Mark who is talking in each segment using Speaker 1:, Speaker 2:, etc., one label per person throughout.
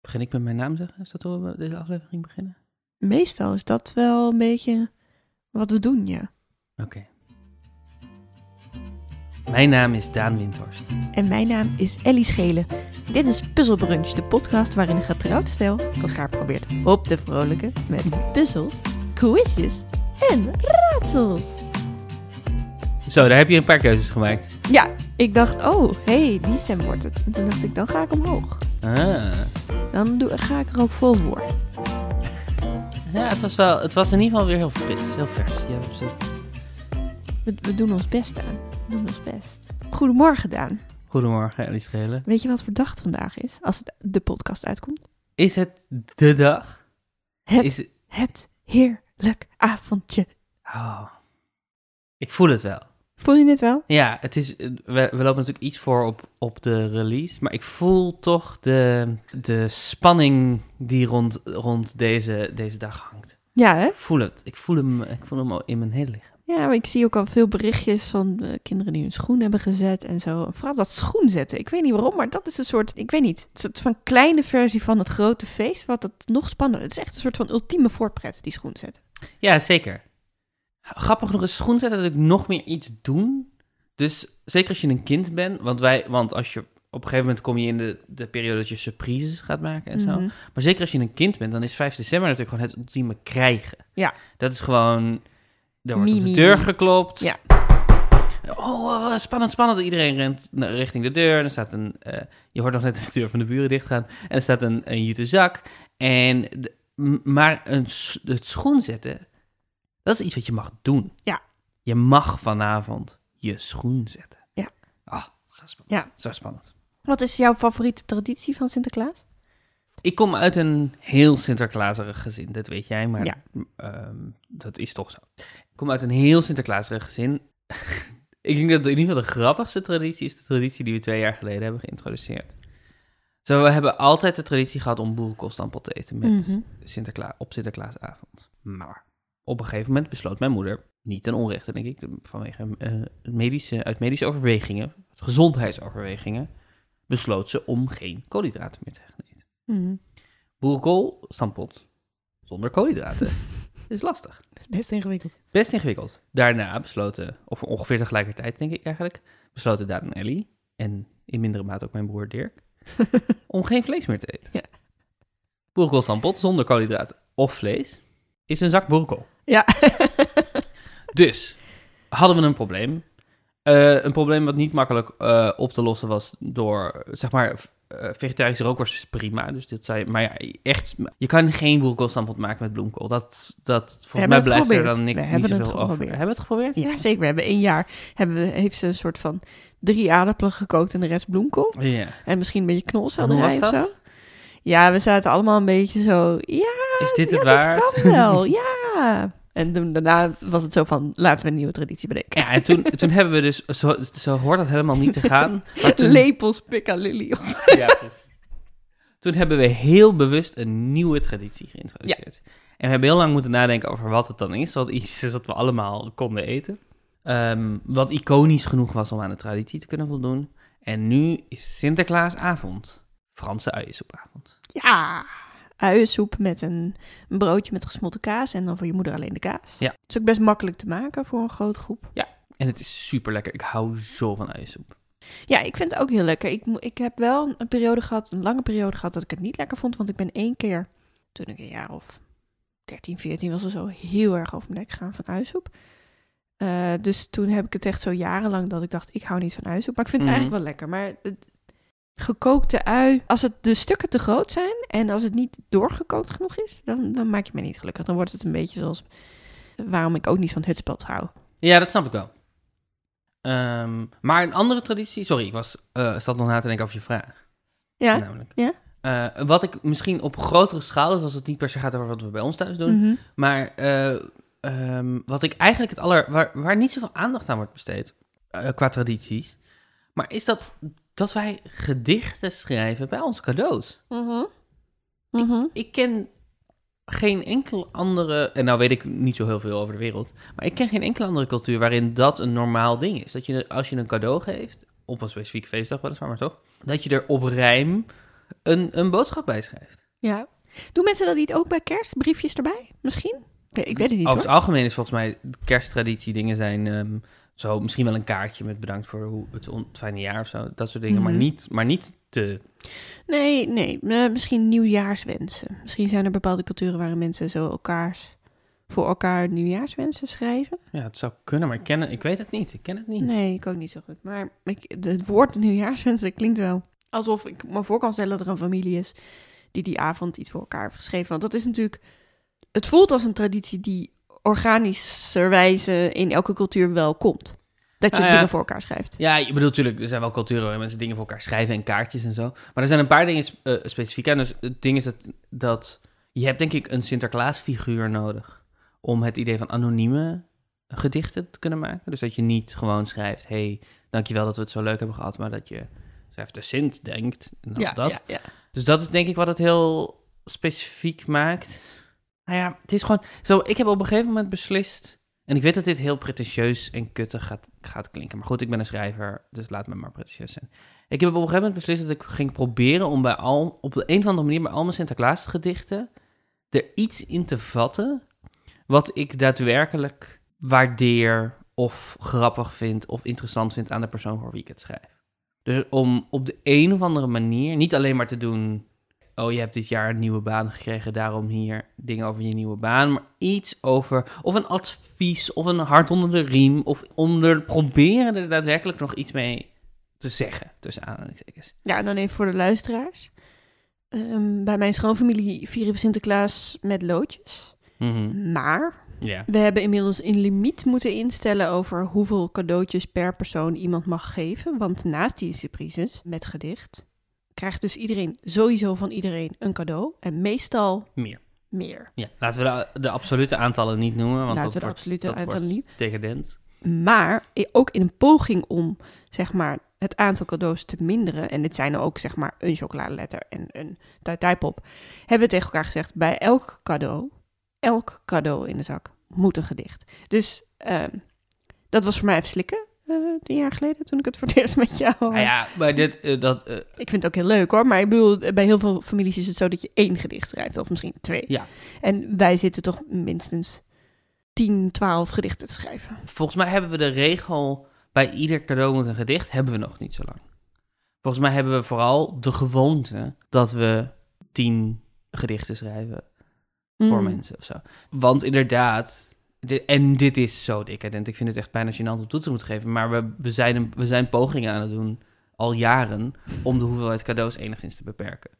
Speaker 1: Begin ik met mijn naam zeggen? Is dat hoe we deze aflevering beginnen?
Speaker 2: Meestal is dat wel een beetje wat we doen, ja.
Speaker 1: Oké. Mijn naam is Daan Windhorst.
Speaker 2: En mijn naam is Ellie Schelen. Dit is Puzzle Brunch, de podcast waarin een getrouwd stel elkaar probeert op te vrolijken met puzzels, quizjes en raadsels.
Speaker 1: Zo, daar heb je een paar keuzes gemaakt.
Speaker 2: Ja, ik dacht, oh, hé, hey, die stem wordt het. En toen dacht ik, dan ga ik omhoog.
Speaker 1: Ah.
Speaker 2: Dan doe, ga ik er ook vol voor.
Speaker 1: Ja, het was, wel, het was in ieder geval weer heel fris, heel vers. Je hebt ze-
Speaker 2: We, we doen ons best aan. We doen ons best. Goedemorgen, Daan.
Speaker 1: Goedemorgen, Ellie Schelen.
Speaker 2: Weet je wat voor dag het vandaag is, als het de podcast uitkomt?
Speaker 1: Is het de dag?
Speaker 2: Het,
Speaker 1: Is,
Speaker 2: het heerlijk avondje.
Speaker 1: oh. Ik voel het wel.
Speaker 2: Voel je dit wel?
Speaker 1: Ja, het is, we, we lopen natuurlijk iets voor op, op de release. Maar ik voel toch de, de spanning die rond, rond deze, deze dag hangt.
Speaker 2: Ja, hè?
Speaker 1: Ik voel het. Ik voel hem, ik voel hem al in mijn hele lichaam.
Speaker 2: Ja, maar ik zie ook al veel berichtjes van eh, kinderen die hun schoen hebben gezet en zo. En Vooral dat schoen zetten. Ik weet niet waarom, maar dat is een soort, ik weet niet, een soort van kleine versie van het grote feest, wat het nog spannender. Het is echt een soort van ultieme voorpret, die schoen zetten.
Speaker 1: Ja, zeker. Grappig genoeg is schoen zetten natuurlijk nog meer iets doen. Dus zeker als je een kind bent. Want, wij, want als je, op een gegeven moment kom je in de, de periode dat je surprises gaat maken en zo.
Speaker 2: Mhm.
Speaker 1: Maar zeker als je een kind bent, dan is 5 december natuurlijk gewoon het ultieme krijgen.
Speaker 2: Ja.
Speaker 1: Dat is gewoon. Er wordt
Speaker 2: Mie,
Speaker 1: op de
Speaker 2: mie,
Speaker 1: deur
Speaker 2: mie.
Speaker 1: geklopt.
Speaker 2: Ja.
Speaker 1: Oh, eh, spannend, spannend. Iedereen rent naar- richting de deur. En er staat een. eh, je hoort nog net de deur van de buren dichtgaan. En er staat een, een jute zak. En de- m- maar een, s- het schoen zetten, dat is iets wat je mag doen.
Speaker 2: Ja.
Speaker 1: Je mag vanavond je schoen zetten.
Speaker 2: Ja.
Speaker 1: Ah, zo spannend.
Speaker 2: Ja.
Speaker 1: Zo spannend.
Speaker 2: Wat is jouw favoriete traditie van Sinterklaas?
Speaker 1: Ik kom uit een heel Sinterklaaserig gezin, dat weet jij, maar
Speaker 2: Ja.
Speaker 1: ehm, dat is toch zo. Ik kom uit een heel Sinterklaaserig gezin. ik denk dat in ieder geval de grappigste traditie is de traditie die we twee jaar geleden hebben geïntroduceerd. Zo, we hebben altijd de traditie gehad om boerenkost aan pot te eten met
Speaker 2: Mhm.
Speaker 1: Sinterkla op Sinterklaasavond. Maar op een gegeven moment besloot mijn moeder, niet ten onrechte denk ik, vanwege eh, medische, uit medische overwegingen, gezondheidsoverwegingen, besloot ze om geen koolhydraten meer te gaan eten.
Speaker 2: Mhm.
Speaker 1: Boerenkool, stampot. Zonder koolhydraten. is lastig.
Speaker 2: Dat is best ingewikkeld.
Speaker 1: Best ingewikkeld. Daarna besloten, of ongeveer tegelijkertijd denk ik eigenlijk, besloten Daan en Ellie, en in mindere mate ook mijn broer Dirk, om geen vlees meer te eten.
Speaker 2: Ja.
Speaker 1: Boerenkool, stampot, zonder koolhydraten of vlees, is een zak boerenkool.
Speaker 2: Ja.
Speaker 1: Dus, hadden we een probleem. Eh, een probleem wat niet makkelijk eh, op te lossen was door, zeg maar, v- eh, vegetarische rookworst is prima. Dus dit zei, maar ja, echt, je kan geen boerenkoolstampot maken met bloemkool. Dat, dat volgens mij
Speaker 2: hebben het
Speaker 1: blijft er
Speaker 2: geprobeerd.
Speaker 1: dan niks
Speaker 2: We
Speaker 1: niet
Speaker 2: hebben het
Speaker 1: zoveel over.
Speaker 2: geprobeerd.
Speaker 1: Hebben we het geprobeerd?
Speaker 2: Ja, zeker. We hebben één jaar, hebben, we- heeft ze een soort van drie aardappelen gekookt en de rest bloemkool.
Speaker 1: Ja.
Speaker 2: En misschien een beetje
Speaker 1: En
Speaker 2: knolselderij
Speaker 1: hoe
Speaker 2: of
Speaker 1: was
Speaker 2: zo. Ja, we zaten allemaal een beetje zo, ja,
Speaker 1: Is dit het
Speaker 2: ja,
Speaker 1: waard?
Speaker 2: dat kan wel, ja. En toen- daarna was het zo van, laten we een nieuwe traditie bedenken.
Speaker 1: Ja, en toen, toen hebben we dus, zo, zo hoort dat helemaal niet te gaan. Maar toen,
Speaker 2: Lepels Piccalilli.
Speaker 1: Ja, precies. Toen hebben we heel bewust een nieuwe traditie geïntroduceerd. En we hebben heel lang moeten nadenken over wat het dan is. Wat iets is wat we allemaal konden eten. Ehm, wat iconisch genoeg was om aan de traditie te kunnen voldoen. En nu is Sinterklaasavond Franse uiensoepavond.
Speaker 2: Ja, uiensoep met een, een broodje met gesmolten kaas en dan voor je moeder alleen de kaas.
Speaker 1: Ja.
Speaker 2: is ook best makkelijk te maken voor een groot groep.
Speaker 1: En het is super lekker. Ik hou zo van uiensoep.
Speaker 2: Ja, ik vind het ook heel lekker. Ik, mo- ik heb wel een periode gehad, een lange periode gehad, dat ik het niet lekker vond. Want ik ben één keer, toen ik een jaar of 13, 14 was of zo, heel erg over mijn nek gegaan van uisoep. Eh, dus toen heb ik het echt zo jarenlang dat ik dacht, ik hou niet van uisoep. Maar ik vind het
Speaker 1: Mhm.
Speaker 2: eigenlijk wel lekker. Maar het, gekookte ui, als het de stukken te groot zijn en als het niet doorgekookt genoeg is, dan, dan maak je mij niet gelukkig. Dan wordt het een beetje zoals waarom ik ook niet van hutspeld hou.
Speaker 1: Ja, dat snap ik wel. Ehm, maar een andere traditie... Sorry, ik was, eh zat nog na te denken over je vraag.
Speaker 2: Ja.
Speaker 1: namelijk.
Speaker 2: Ja.
Speaker 1: Eh, wat ik misschien op grotere schaal, dus als het niet per se gaat over wat we bij ons thuis doen,
Speaker 2: Mhm.
Speaker 1: maar eh, ehm, wat ik eigenlijk het aller. Waar, waar niet zoveel aandacht aan wordt besteed. eh, qua tradities. Maar is dat. Dat wij gedichten schrijven bij ons cadeaus.
Speaker 2: Mhm. Mhm.
Speaker 1: Ik ken geen enkele andere. En nou weet ik niet zo heel veel over de wereld. Maar ik ken geen enkele andere cultuur waarin dat een normaal ding is. Dat je als je een cadeau geeft. Op een specifieke feestdag weliswaar, maar toch? Dat je er op rijm een, een boodschap bij schrijft.
Speaker 2: Ja. Doen mensen dat niet ook bij kerst? Briefjes erbij? Misschien? Nee, ik weet het niet
Speaker 1: Over
Speaker 2: hoor.
Speaker 1: het algemeen is volgens mij de kersttraditie dingen zijn ehm, zo misschien wel een kaartje met bedankt voor hoe het, on- het fijne jaar of zo, dat soort dingen,
Speaker 2: Mhm.
Speaker 1: maar niet, maar niet te.
Speaker 2: Nee, nee. eh, misschien nieuwjaarswensen. Misschien zijn er bepaalde culturen waarin mensen zo elkaars voor elkaar nieuwjaarswensen schrijven.
Speaker 1: Ja, het zou kunnen, maar ik, ken, het- ik weet het niet. Ik ken het niet.
Speaker 2: Nee, ik ook niet zo goed. Maar ik, de- het woord nieuwjaarswensen klinkt wel alsof ik me voor kan stellen dat er een familie is die die avond iets voor elkaar heeft geschreven. Want dat is natuurlijk. Het voelt als een traditie die organischerwijze in elke cultuur wel komt. Dat je
Speaker 1: Nou ja.
Speaker 2: dingen voor elkaar schrijft.
Speaker 1: Ja, ik bedoel, natuurlijk, er zijn wel culturen waarin mensen dingen voor elkaar schrijven en kaartjes en zo. Maar er zijn een paar dingen eh, specifiek aan. Dus het ding is dat, dat je hebt denk ik een Sinterklaasfiguur nodig om het idee van anonieme gedichten te kunnen maken. Dus dat je niet gewoon schrijft, hé, hey, dankjewel dat we het zo leuk hebben gehad, maar dat je schrijft de Sint denkt en dan Nou, dat.
Speaker 2: ja.
Speaker 1: Dus dat is denk ik wat het heel specifiek maakt. Nou ja, het is gewoon... Zo, ik heb op een gegeven moment beslist... En ik weet dat dit heel pretentieus en kuttig gaat, gaat klinken. Maar goed, ik ben een schrijver, dus laat me maar pretentieus zijn. Ik heb op een gegeven moment beslist dat ik ging proberen om bij al, op de een of andere manier bij al mijn Sinterklaasgedichten er iets in te vatten wat ik daadwerkelijk waardeer of grappig vind of interessant vind aan de persoon voor wie ik het schrijf. Dus om op de een of andere manier niet alleen maar te doen, oh je hebt dit jaar een nieuwe baan gekregen, daarom hier dingen over je nieuwe baan, maar iets over of een advies of een hart onder de riem of om er proberen er daadwerkelijk nog iets mee te zeggen tussen aanhalingstekens.
Speaker 2: Ja, en dan even voor de luisteraars. Ehm, bij mijn schoonfamilie vieren we Sinterklaas met loodjes.
Speaker 1: Mhm.
Speaker 2: Maar
Speaker 1: Ja.
Speaker 2: we hebben inmiddels een limiet moeten instellen over hoeveel cadeautjes per persoon iemand mag geven. Want naast die surprises met gedicht krijgt dus iedereen sowieso van iedereen een cadeau. En meestal
Speaker 1: Meer.
Speaker 2: meer.
Speaker 1: Ja, laten we de, de absolute aantallen niet noemen, want
Speaker 2: Laten
Speaker 1: dat
Speaker 2: we de
Speaker 1: wordt,
Speaker 2: absolute
Speaker 1: dat
Speaker 2: aantallen
Speaker 1: wordt decadent.
Speaker 2: Maar i- ook in een poging om, zeg maar, het aantal cadeaus te minderen. En dit zijn er ook, zeg maar, een chocoladeletter en een tuitijpop. Hebben we tegen elkaar gezegd, bij elk cadeau, elk cadeau in de zak, moet een gedicht. Dus ehm, dat was voor mij even slikken, eh, tien jaar geleden, toen ik het voor het eerst met jou...
Speaker 1: Nou ja, maar dit, eh, dat, eh,
Speaker 2: Ik vind het ook heel leuk hoor, maar ik bedoel, eh, bij heel veel families is het zo dat je één gedicht schrijft, of misschien twee.
Speaker 1: Ja.
Speaker 2: En wij zitten toch minstens 10, 12 gedichten te schrijven.
Speaker 1: volgens mij hebben we de regel bij ieder cadeau moet een gedicht, hebben we nog niet zo lang. Volgens mij hebben we vooral de gewoonte dat we tien gedichten schrijven voor
Speaker 2: Mm.
Speaker 1: mensen of zo. Want inderdaad, dit, en dit is zo decadent. Ik vind het echt bijna gênant om toe te moeten geven. Maar we, we, zijn, een- we zijn pogingen aan het doen, al jaren, om de hoeveelheid cadeaus enigszins te beperken.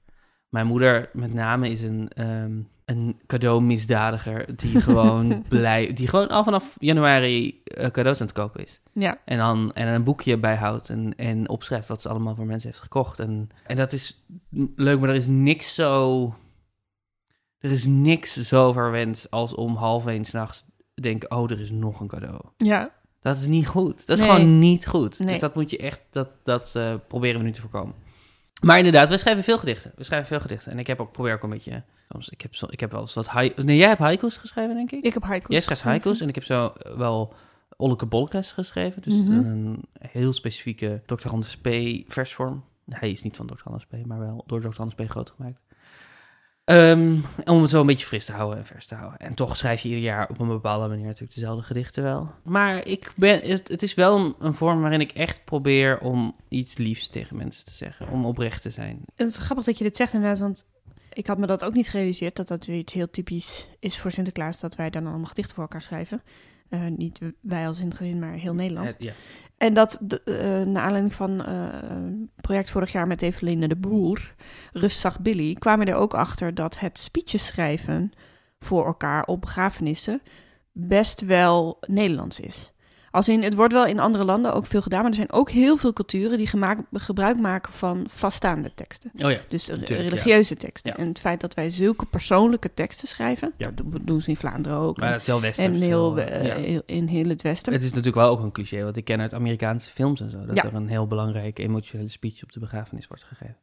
Speaker 1: Mijn moeder met name is een, ehm een cadeaumisdadiger die gewoon blij, die gewoon al vanaf januari eh, cadeaus aan het kopen is.
Speaker 2: Ja.
Speaker 1: En dan en een boekje bijhoudt en, en opschrijft wat ze allemaal voor mensen heeft gekocht. En, en dat is m- leuk, maar er is niks zo. Er is niks zo verwend als om half één s'nachts denken: oh, er is nog een cadeau.
Speaker 2: Ja,
Speaker 1: Dat is niet goed. Dat is
Speaker 2: Nee.
Speaker 1: gewoon niet goed.
Speaker 2: Nee.
Speaker 1: Dus dat moet je echt, dat, dat eh, proberen we nu te voorkomen. Maar inderdaad, we schrijven veel gedichten. We schrijven veel gedichten. En ik heb ook, probeer ook een beetje, soms, ik heb, zo- ik heb wel eens wat haiku. Nee, jij hebt haiku's geschreven, denk ik?
Speaker 2: ik heb haiku's.
Speaker 1: Jij schrijft
Speaker 2: geschreven.
Speaker 1: haiku's en ik heb zo eh, wel Olleke Bolkes geschreven. Dus
Speaker 2: Mhm.
Speaker 1: een heel specifieke Dr. Anders P. versvorm. Hij is niet van Dr. Anders P., maar wel door Dr. Anders P. groot gemaakt. Ehm, om het zo een beetje fris te houden en vers te houden. En toch schrijf je ieder jaar op een bepaalde manier natuurlijk dezelfde gedichten wel. Maar ik ben, het, het is wel een, een vorm waarin ik echt probeer om iets liefs tegen mensen te zeggen. Om oprecht te zijn.
Speaker 2: En het is grappig dat je dit zegt inderdaad, want ik had me dat ook niet gerealiseerd, dat dat weer iets heel typisch is voor Sinterklaas, dat wij dan allemaal gedichten voor elkaar schrijven. Eh, niet w- wij als in het gezin, maar heel Nederland.
Speaker 1: Eh, ja.
Speaker 2: En dat, de- eh, naar aanleiding van eh, een project vorig jaar met Eveline de Boer, Rustzag Billy, kwamen we er ook achter dat het speeches schrijven voor elkaar op begrafenissen best wel Nederlands is. Als in, het wordt wel in andere landen ook veel gedaan, maar er zijn ook heel veel culturen die gemaakt, gebruik maken van vaststaande teksten.
Speaker 1: Oh ja.
Speaker 2: Dus re-
Speaker 1: Natuurlijk, ja.
Speaker 2: religieuze teksten.
Speaker 1: Ja.
Speaker 2: En het feit dat wij zulke persoonlijke teksten schrijven,
Speaker 1: Ja.
Speaker 2: dat doen- doen ze in Vlaanderen ook.
Speaker 1: Maar
Speaker 2: en-
Speaker 1: het is wel westers.
Speaker 2: en heel,
Speaker 1: wel, eh,
Speaker 2: eh,
Speaker 1: ja.
Speaker 2: heel- in heel het Westen.
Speaker 1: Het is natuurlijk wel ook een cliché, want ik ken uit Amerikaanse films en zo. Dat
Speaker 2: Ja.
Speaker 1: er een heel belangrijke emotionele speech op de begrafenis wordt gegeven.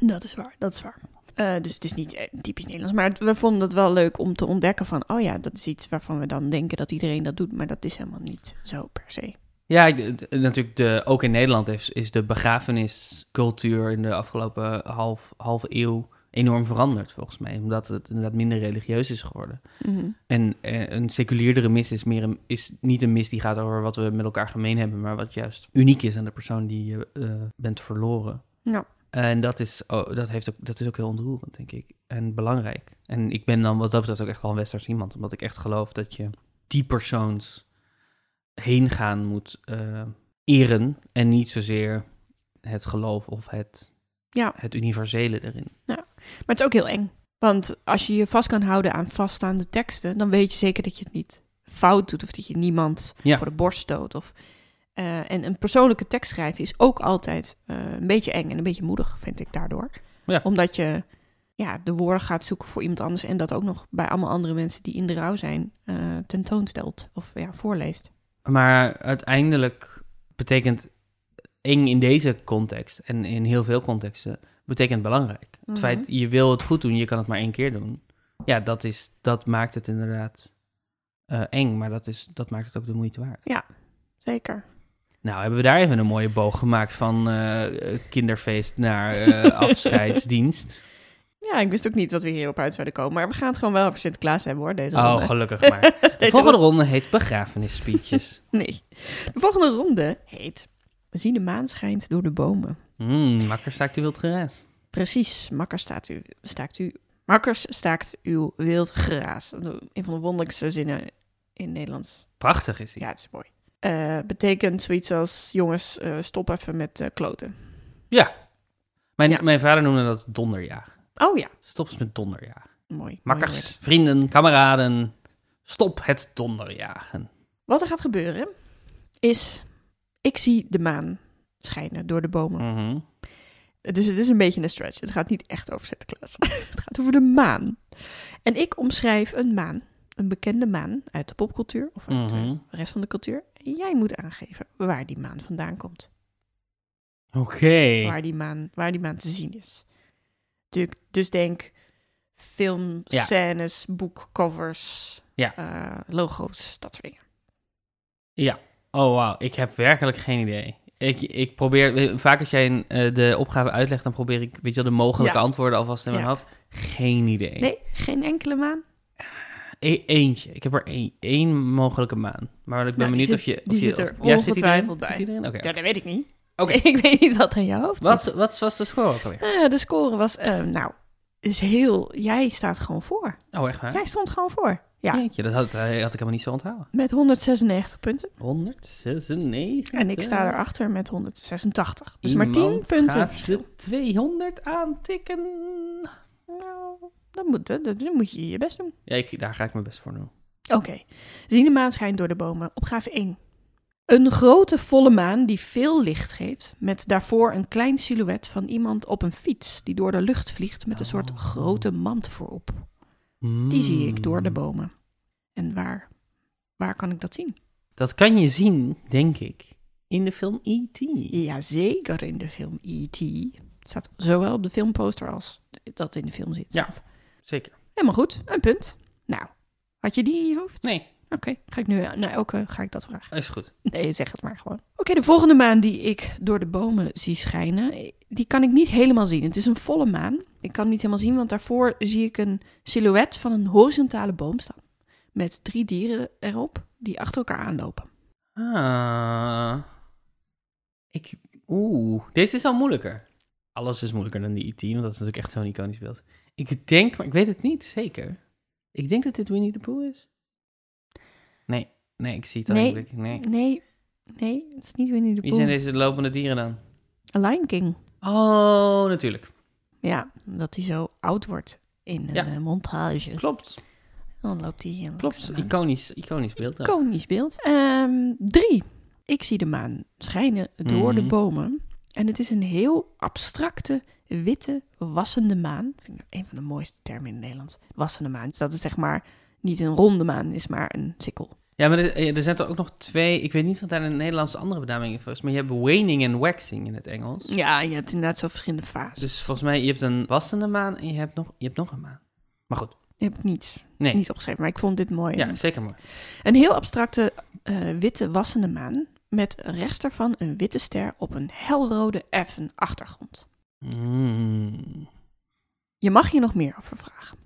Speaker 2: Dat is waar, dat is waar. Eh, dus het is niet eh, typisch Nederlands. Maar het- we vonden het wel leuk om te ontdekken van... oh ja, dat is iets waarvan we dan denken dat iedereen dat doet... maar dat is helemaal niet zo per se.
Speaker 1: Ja, ik- de- de- natuurlijk, de, ook in Nederland is, is de begrafeniscultuur in de afgelopen half, half eeuw, enorm veranderd, volgens mij. Omdat het inderdaad minder religieus is geworden.
Speaker 2: Mhm.
Speaker 1: En eh, een seculierdere mis is, meer een, is niet een mis die gaat over wat we met elkaar gemeen hebben, maar wat juist uniek is aan de persoon die je eh, bent verloren.
Speaker 2: Ja.
Speaker 1: En dat is, oh, dat, heeft ook, dat is ook heel ontroerend, denk ik. En belangrijk. En ik ben dan wat dat betreft ook echt wel een westers iemand, omdat ik echt geloof dat je die persoons heen gaan moet eh, eren en niet zozeer het geloof of het,
Speaker 2: Ja.
Speaker 1: het universele erin.
Speaker 2: Maar het is ook heel eng. Want als je je vast kan houden aan vaststaande teksten, dan weet je zeker dat je het niet fout doet of dat je niemand
Speaker 1: Ja.
Speaker 2: voor de borst stoot. Of, eh, en een persoonlijke tekst schrijven is ook altijd eh, een beetje eng en een beetje moedig, vind ik daardoor.
Speaker 1: Ja.
Speaker 2: Omdat je ja, de woorden gaat zoeken voor iemand anders en dat ook nog bij allemaal andere mensen die in de rouw zijn eh, tentoonstelt of ja, voorleest.
Speaker 1: Maar uiteindelijk betekent eng in deze context en in heel veel contexten betekent belangrijk. Het
Speaker 2: Mhm.
Speaker 1: feit je wil het goed doen, je kan het maar één keer doen. Ja, dat, is, dat maakt het inderdaad eh, eng, maar dat, is, dat maakt het ook de moeite waard.
Speaker 2: Zeker.
Speaker 1: Nou, hebben we daar even een mooie boog gemaakt van eh, eh, kinderfeest naar eh, afscheidsdienst.
Speaker 2: Ja, ik wist ook niet dat we hierop uit zouden komen, maar we gaan het gewoon wel over Sinterklaas hebben hoor, deze
Speaker 1: Oh,
Speaker 2: ronde.
Speaker 1: gelukkig maar. De
Speaker 2: Deze
Speaker 1: volgende ronde heet begrafenisspeeches.
Speaker 2: Nee. De volgende ronde heet... We zien de maan schijnt door de bomen.
Speaker 1: Mm, makker staakt de wild geraas.
Speaker 2: Precies, makkers staakt u... Staakt u makkers staakt uw wild geraas. Een van de wonderlijkste zinnen in Nederlands.
Speaker 1: Prachtig is hij.
Speaker 2: Ja, het is mooi. Eh, betekent zoiets als... Jongens, eh, stop even met eh, kloten.
Speaker 1: Mijn,
Speaker 2: Ja.
Speaker 1: mijn vader noemde dat donderjaar.
Speaker 2: Oh ja,
Speaker 1: Stop eens met donderjaar.
Speaker 2: mooi. mooi woord.
Speaker 1: Makkers, vrienden, kameraden, stop het donderjagen.
Speaker 2: Wat er gaat gebeuren is... Ik zie de maan schijnen door de bomen.
Speaker 1: Mhm.
Speaker 2: Dus het is een beetje een stretch. Het gaat niet echt over Sinterklaas. het gaat over de maan. En ik omschrijf een maan. Een bekende maan uit de popcultuur of uit
Speaker 1: Mhm.
Speaker 2: de rest van de cultuur. En jij moet aangeven waar die maan vandaan komt.
Speaker 1: Oké.
Speaker 2: Waar, die maan, waar die maan te zien is. Dus, dus denk film,
Speaker 1: Ja.
Speaker 2: scènes, boekcovers,
Speaker 1: Ja.
Speaker 2: eh, logo's, dat soort dingen.
Speaker 1: Oh, wauw. Ik heb werkelijk geen idee. Ik, ik probeer, vaak als jij een, eh, de opgave uitlegt, dan probeer ik, weet je wel, de mogelijke
Speaker 2: Ja.
Speaker 1: antwoorden alvast in mijn
Speaker 2: Ja.
Speaker 1: hoofd. Geen idee.
Speaker 2: Nee, geen enkele maan.
Speaker 1: E- eentje. Ik heb er één, één mogelijke maan. Maar ik ben
Speaker 2: Nou, die
Speaker 1: benieuwd
Speaker 2: zit-
Speaker 1: of je... Of
Speaker 2: die
Speaker 1: je,
Speaker 2: zit er
Speaker 1: of- ja, die erin?
Speaker 2: ongetwijfeld bij.
Speaker 1: Zit die erin? Oké.
Speaker 2: Ja, dat weet ik niet.
Speaker 1: Oké.
Speaker 2: ik weet niet wat aan je hoofd zit.
Speaker 1: Wat, wat was de score ook alweer?
Speaker 2: Eh, de score was, eh, nou, is heel. Jij staat gewoon voor.
Speaker 1: Oh, echt waar?
Speaker 2: Jij stond gewoon voor. Ja,
Speaker 1: Jeetje, dat had, eh, had ik helemaal niet zo onthouden.
Speaker 2: met 196 punten.
Speaker 1: 196.
Speaker 2: En ik
Speaker 1: eh.
Speaker 2: sta erachter met 186. Dus maar 10
Speaker 1: Iemand
Speaker 2: punten.
Speaker 1: gaat de 200 aantikken.
Speaker 2: Nou, dan moet, dat- dat- dan moet je je best doen.
Speaker 1: Ja, ik, daar ga ik mijn best voor doen.
Speaker 2: Oké. Zien de maan schijnt door de bomen. Opgave 1. Een grote volle maan die veel licht geeft, met daarvoor een klein silhouet van iemand op een fiets die door de lucht vliegt met een soort
Speaker 1: Oh.
Speaker 2: grote mand voorop.
Speaker 1: Hmm.
Speaker 2: Die zie ik door de bomen. En waar, waar kan ik dat zien?
Speaker 1: Dat kan je zien, denk ik, in de film E E.T.
Speaker 2: Ja, zeker in de film E.T. Het staat zowel op de filmposter als dat in de film zit.
Speaker 1: Ja. Zeker.
Speaker 2: Helemaal goed, een punt. Nou, had je die in je hoofd?
Speaker 1: Nee,
Speaker 2: Oké, ga ik nu naar elke ga ik dat vragen?
Speaker 1: is goed.
Speaker 2: Nee, zeg het maar gewoon. Oké, de volgende maan die ik door de bomen zie schijnen, die kan ik niet helemaal zien. Het is een volle maan. Ik kan hem niet helemaal zien, want daarvoor zie ik een silhouet van een horizontale boom staan. Met drie dieren erop die achter elkaar aanlopen.
Speaker 1: Ah. Ik, oeh, deze is al moeilijker. Alles is moeilijker dan die E.T., want dat is natuurlijk echt zo'n iconisch beeld. Ik denk, maar ik weet het niet zeker. Ik denk dat dit Winnie the Pooh is. Nee, nee, ik zie het al.
Speaker 2: Nee.
Speaker 1: eigenlijk. nee.
Speaker 2: Nee, nee, het is niet Winnie de
Speaker 1: Wie zijn
Speaker 2: Pooh.
Speaker 1: deze lopende dieren dan?
Speaker 2: A Lion King.
Speaker 1: Oh, natuurlijk.
Speaker 2: Ja, dat hij zo oud wordt in een
Speaker 1: Ja.
Speaker 2: eh, montage.
Speaker 1: Klopt.
Speaker 2: Dan loopt hij eh, heel
Speaker 1: Klopt, iconisch, iconisch beeld. ook.
Speaker 2: Iconisch beeld. Ehm, drie. Ik zie de maan schijnen door de
Speaker 1: Mhm.
Speaker 2: bomen. En het is een heel abstracte, witte, wassende maan. Ik vind dat een van de mooiste termen in het Nederlands. Wassende maan. Dus dat het zeg maar niet een ronde maan is, maar een sikkel.
Speaker 1: Ja, maar er, eh, er zijn er ook nog twee. Ik weet niet wat daar in het Nederlands de andere benaming voor is. Maar je hebt waning en waxing in het Engels.
Speaker 2: Ja, je hebt inderdaad zo verschillende fases.
Speaker 1: Dus volgens mij, je hebt een wassende maan en je hebt nog, je hebt nog een maan. Maar goed,
Speaker 2: Die heb ik niet,
Speaker 1: Nee.
Speaker 2: niet opgeschreven, maar ik vond dit mooi.
Speaker 1: ja, zeker mooi.
Speaker 2: Een heel abstracte eh, witte wassende maan met rechts daarvan een witte ster op een helrode effen achtergrond.
Speaker 1: Mm.
Speaker 2: Je mag hier nog meer over vragen.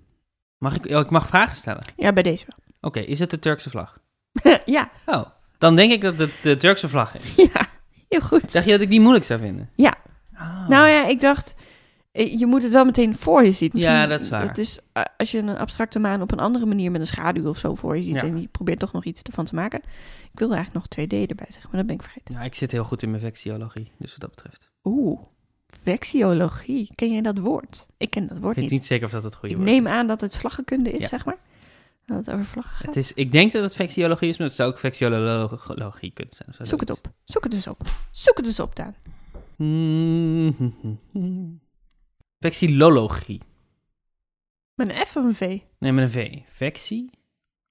Speaker 1: Mag ik, oh, ik mag vragen stellen. Oké,
Speaker 2: Ja, bij deze wel.
Speaker 1: is het de Turkse vlag?
Speaker 2: ja,
Speaker 1: Oh, dan denk ik dat het de Turkse vlag is.
Speaker 2: ja, heel goed.
Speaker 1: Zeg je dat ik die moeilijk zou vinden?
Speaker 2: Ja.
Speaker 1: Ah.
Speaker 2: Nou ja, ik dacht, eh, je moet het wel meteen voor je zien. Misschien-
Speaker 1: Ja, dat is waar.
Speaker 2: Het is, eh, als je een abstracte maan op een andere manier met een schaduw of zo voor je ziet...
Speaker 1: Ja.
Speaker 2: en je probeert toch nog iets ervan te maken. Ik wilde eigenlijk nog 2D erbij zeggen, maar dat ben ik vergeten.
Speaker 1: ja, ik zit heel goed in mijn vexiologie, dus wat dat betreft.
Speaker 2: Oeh, vexiologie. Ken jij dat woord? Ik ken dat woord
Speaker 1: Ik weet
Speaker 2: niet.
Speaker 1: niet zeker of dat het goede
Speaker 2: Ik
Speaker 1: woord is.
Speaker 2: neem aan dat het vlaggenkunde is,
Speaker 1: Ja.
Speaker 2: zeg maar. Dat het over vlaggen gaat.
Speaker 1: Het is. Ik denk dat het vexiologie is, maar het zou ook vexiologie kunnen zijn. of zo,
Speaker 2: Zoek het
Speaker 1: zoiets.
Speaker 2: op. Zoek het dus op. Zoek het dus op, Daan.
Speaker 1: Mm. Vexillologie.
Speaker 2: Met een F of een V?
Speaker 1: Nee, met een V. Vexi.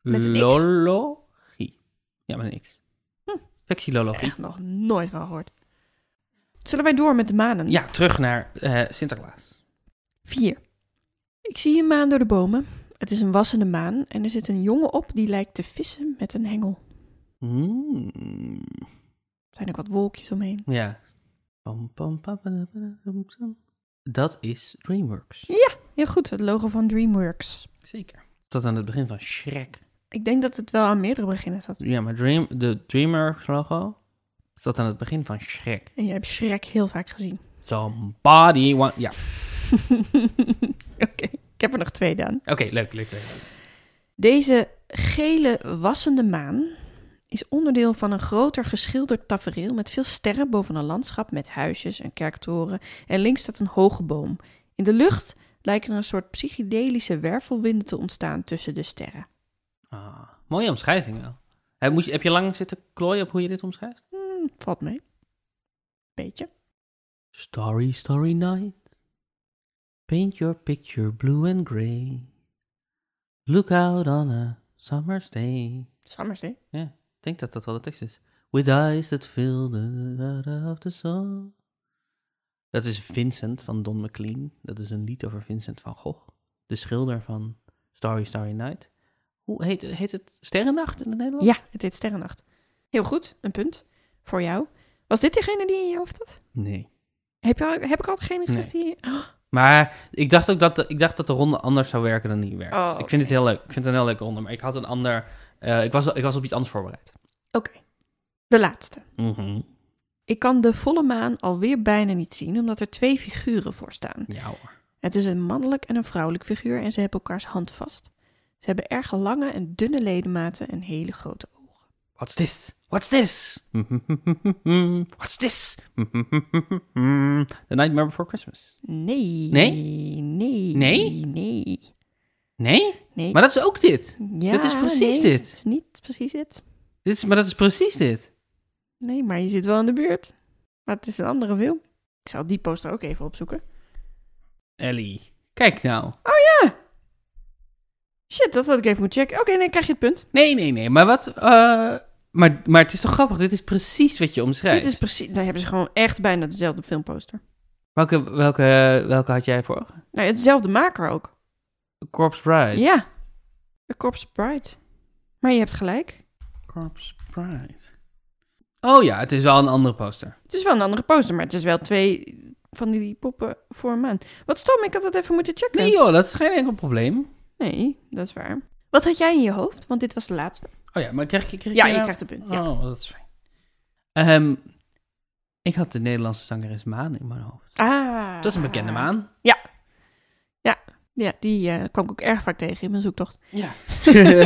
Speaker 2: Met een X.
Speaker 1: Lologie. Ja, met een X.
Speaker 2: Hm.
Speaker 1: Vexillologie.
Speaker 2: Echt nog nooit van gehoord. Zullen wij door met de manen?
Speaker 1: Ja, terug naar eh, Sinterklaas.
Speaker 2: Vier. Ik zie een maan door de bomen. Het is een wassende maan en er zit een jongen op die lijkt te vissen met een hengel.
Speaker 1: Mm.
Speaker 2: Er zijn ook wat wolkjes omheen.
Speaker 1: Ja. Pam, pam, pam, pam, pam, pam, pam. Dat is DreamWorks.
Speaker 2: Heel goed, het logo van DreamWorks.
Speaker 1: Zeker. Tot aan het begin van Shrek.
Speaker 2: Ik denk dat het wel aan meerdere beginnen zat.
Speaker 1: Ja, maar Dream, de DreamWorks logo zat aan het begin van Shrek.
Speaker 2: En jij hebt Shrek heel vaak gezien.
Speaker 1: Somebody want... Ja,
Speaker 2: Oké, ik heb er nog twee, Daan.
Speaker 1: oké, leuk, leuk, leuk.
Speaker 2: Deze gele wassende maan is onderdeel van een groter geschilderd tafereel met veel sterren boven een landschap met huisjes, een kerktoren en links staat een hoge boom. In de lucht lijken er een soort psychedelische wervelwinden te ontstaan tussen de sterren.
Speaker 1: Ah, mooie omschrijving wel. Heb, moest je, heb je lang zitten klooien op hoe je dit omschrijft?
Speaker 2: Hmm, valt mee. Beetje.
Speaker 1: Starry, starry night. Paint your picture blue and grey. Look out on a summer's day.
Speaker 2: Somersday.
Speaker 1: Ja, ik denk dat dat wel de tekst is. With eyes that fill the light of the sun. Dat is Vincent van Don McLean. Dat is een lied over Vincent van Gogh. De schilder van Starry Starry Night. Hoe heet, heet het? Sterrennacht in het Nederlands?
Speaker 2: Ja, het heet Sterrennacht. Heel goed, een punt voor jou. Was dit degene die in je hoofd had?
Speaker 1: Nee.
Speaker 2: Heb, je al, heb ik al degene gezegd die... Oh,
Speaker 1: Maar ik dacht ook dat de, ik dacht dat de ronde anders zou werken dan die werkt.
Speaker 2: Oh,
Speaker 1: Ik
Speaker 2: oké.
Speaker 1: vind het heel leuk. Ik vind het een heel leuke ronde. Maar ik had een ander... eh, ik, was, ik was op iets anders voorbereid.
Speaker 2: Oké, de laatste.
Speaker 1: Mhm.
Speaker 2: Ik kan de volle maan alweer bijna niet zien, omdat er twee figuren voor staan.
Speaker 1: Ja hoor.
Speaker 2: Het is een mannelijk en een vrouwelijk figuur en ze hebben elkaars hand vast. Ze hebben erg lange en dunne ledematen en hele grote ogen.
Speaker 1: What's this? What's this? What's this? The Nightmare Before Christmas.
Speaker 2: Nee.
Speaker 1: Nee?
Speaker 2: Nee.
Speaker 1: Nee?
Speaker 2: Nee.
Speaker 1: Nee?
Speaker 2: Nee.
Speaker 1: Maar dat is ook dit.
Speaker 2: Ja,
Speaker 1: dit is precies
Speaker 2: nee,
Speaker 1: dit.
Speaker 2: het is niet precies dit.
Speaker 1: dit is, maar dat is precies dit.
Speaker 2: Nee, maar je zit wel in de buurt. Maar het is een andere film. Ik zal die poster ook even opzoeken.
Speaker 1: Ellie. Kijk nou.
Speaker 2: Oh ja! Shit, dat had ik even moeten checken. Oké, nee, krijg je het punt.
Speaker 1: Nee, nee, nee. Maar wat... eh, maar, maar het is toch grappig. Dit is precies wat je omschrijft.
Speaker 2: Dit is precies... Daar hebben ze gewoon echt bijna dezelfde filmposter.
Speaker 1: welke, welke, welke had jij voor ogen?
Speaker 2: Nou, hetzelfde maker ook.
Speaker 1: Corpse Bride.
Speaker 2: Ja. The Corpse Bride. Maar je hebt gelijk.
Speaker 1: Corpse Bride. Oh ja, het is wel een andere poster.
Speaker 2: Het is wel een andere poster, maar het is wel twee van die poppen voor een maan. Wat stom, ik had dat even moeten checken.
Speaker 1: Nee joh, dat is geen enkel probleem.
Speaker 2: Nee, dat is waar. Wat had jij in je hoofd? Want dit was de laatste.
Speaker 1: Oh ja, maar krijg ik... Krijg
Speaker 2: Ja,
Speaker 1: ik
Speaker 2: je
Speaker 1: nou-
Speaker 2: krijgt een punt. Ja.
Speaker 1: Oh, dat is fijn. Ehm, ik had de Nederlandse zangeres Maan in mijn hoofd.
Speaker 2: Ah.
Speaker 1: Dat is een bekende maan.
Speaker 2: Ja, die eh, kwam ik ook erg vaak tegen in mijn zoektocht.
Speaker 1: Ja.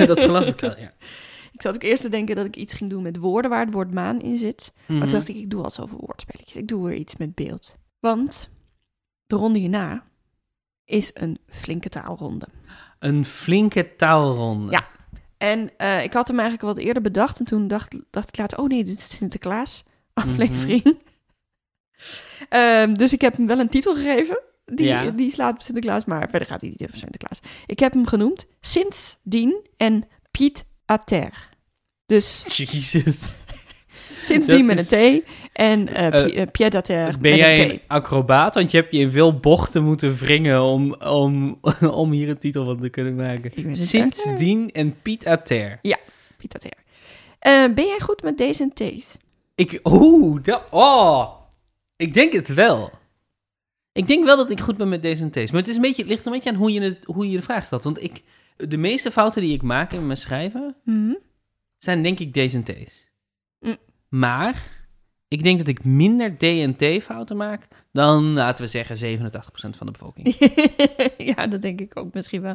Speaker 1: dat geloof ik wel, ja.
Speaker 2: Ik zat ook eerst te denken dat ik iets ging doen met woorden waar het woord maan in zit.
Speaker 1: Hmm. Mhm.
Speaker 2: Maar toen dacht ik, ik doe al zoveel woordspelletjes. Ik doe weer iets met beeld. Want de ronde hierna is een flinke taalronde.
Speaker 1: Een flinke taalronde.
Speaker 2: Ja. En eh, ik had hem eigenlijk wat eerder bedacht. En toen dacht, dacht ik later, oh nee, dit is Sinterklaas
Speaker 1: Mhm.
Speaker 2: aflevering. Ehm, dus ik heb hem wel een titel gegeven. Die,
Speaker 1: Ja.
Speaker 2: die slaat op Sinterklaas, maar verder gaat hij niet over Sinterklaas. Ik heb hem genoemd Sindsdien en Piet à terre. Dus
Speaker 1: Jezus.
Speaker 2: sindsdien
Speaker 1: Dat
Speaker 2: met
Speaker 1: is-
Speaker 2: een T en eh
Speaker 1: Eh,
Speaker 2: Pi- eh, Pied à terre
Speaker 1: Ben
Speaker 2: met
Speaker 1: jij
Speaker 2: een
Speaker 1: een
Speaker 2: T.
Speaker 1: acrobaat? Want je hebt je in veel bochten moeten wringen om, om, om hier een titel van te kunnen maken.
Speaker 2: Ik weet het
Speaker 1: Sindsdien en Piet Ater.
Speaker 2: Piet à terre. Eh, ben jij goed met deze en T's?
Speaker 1: Ik, oeh, dat, oh, ik denk het wel. Ik denk wel dat ik goed ben met deze en thees. Maar het, is een beetje, het ligt een beetje aan hoe je, het, hoe je de vraag stelt. Want ik, de meeste fouten die ik maak in mijn schrijven
Speaker 2: Mhm.
Speaker 1: zijn denk ik D's en T's.
Speaker 2: Mm.
Speaker 1: Maar ik denk dat ik minder D en T fouten maak dan, laten we zeggen, 87% van de bevolking.
Speaker 2: ja, dat denk ik ook misschien wel.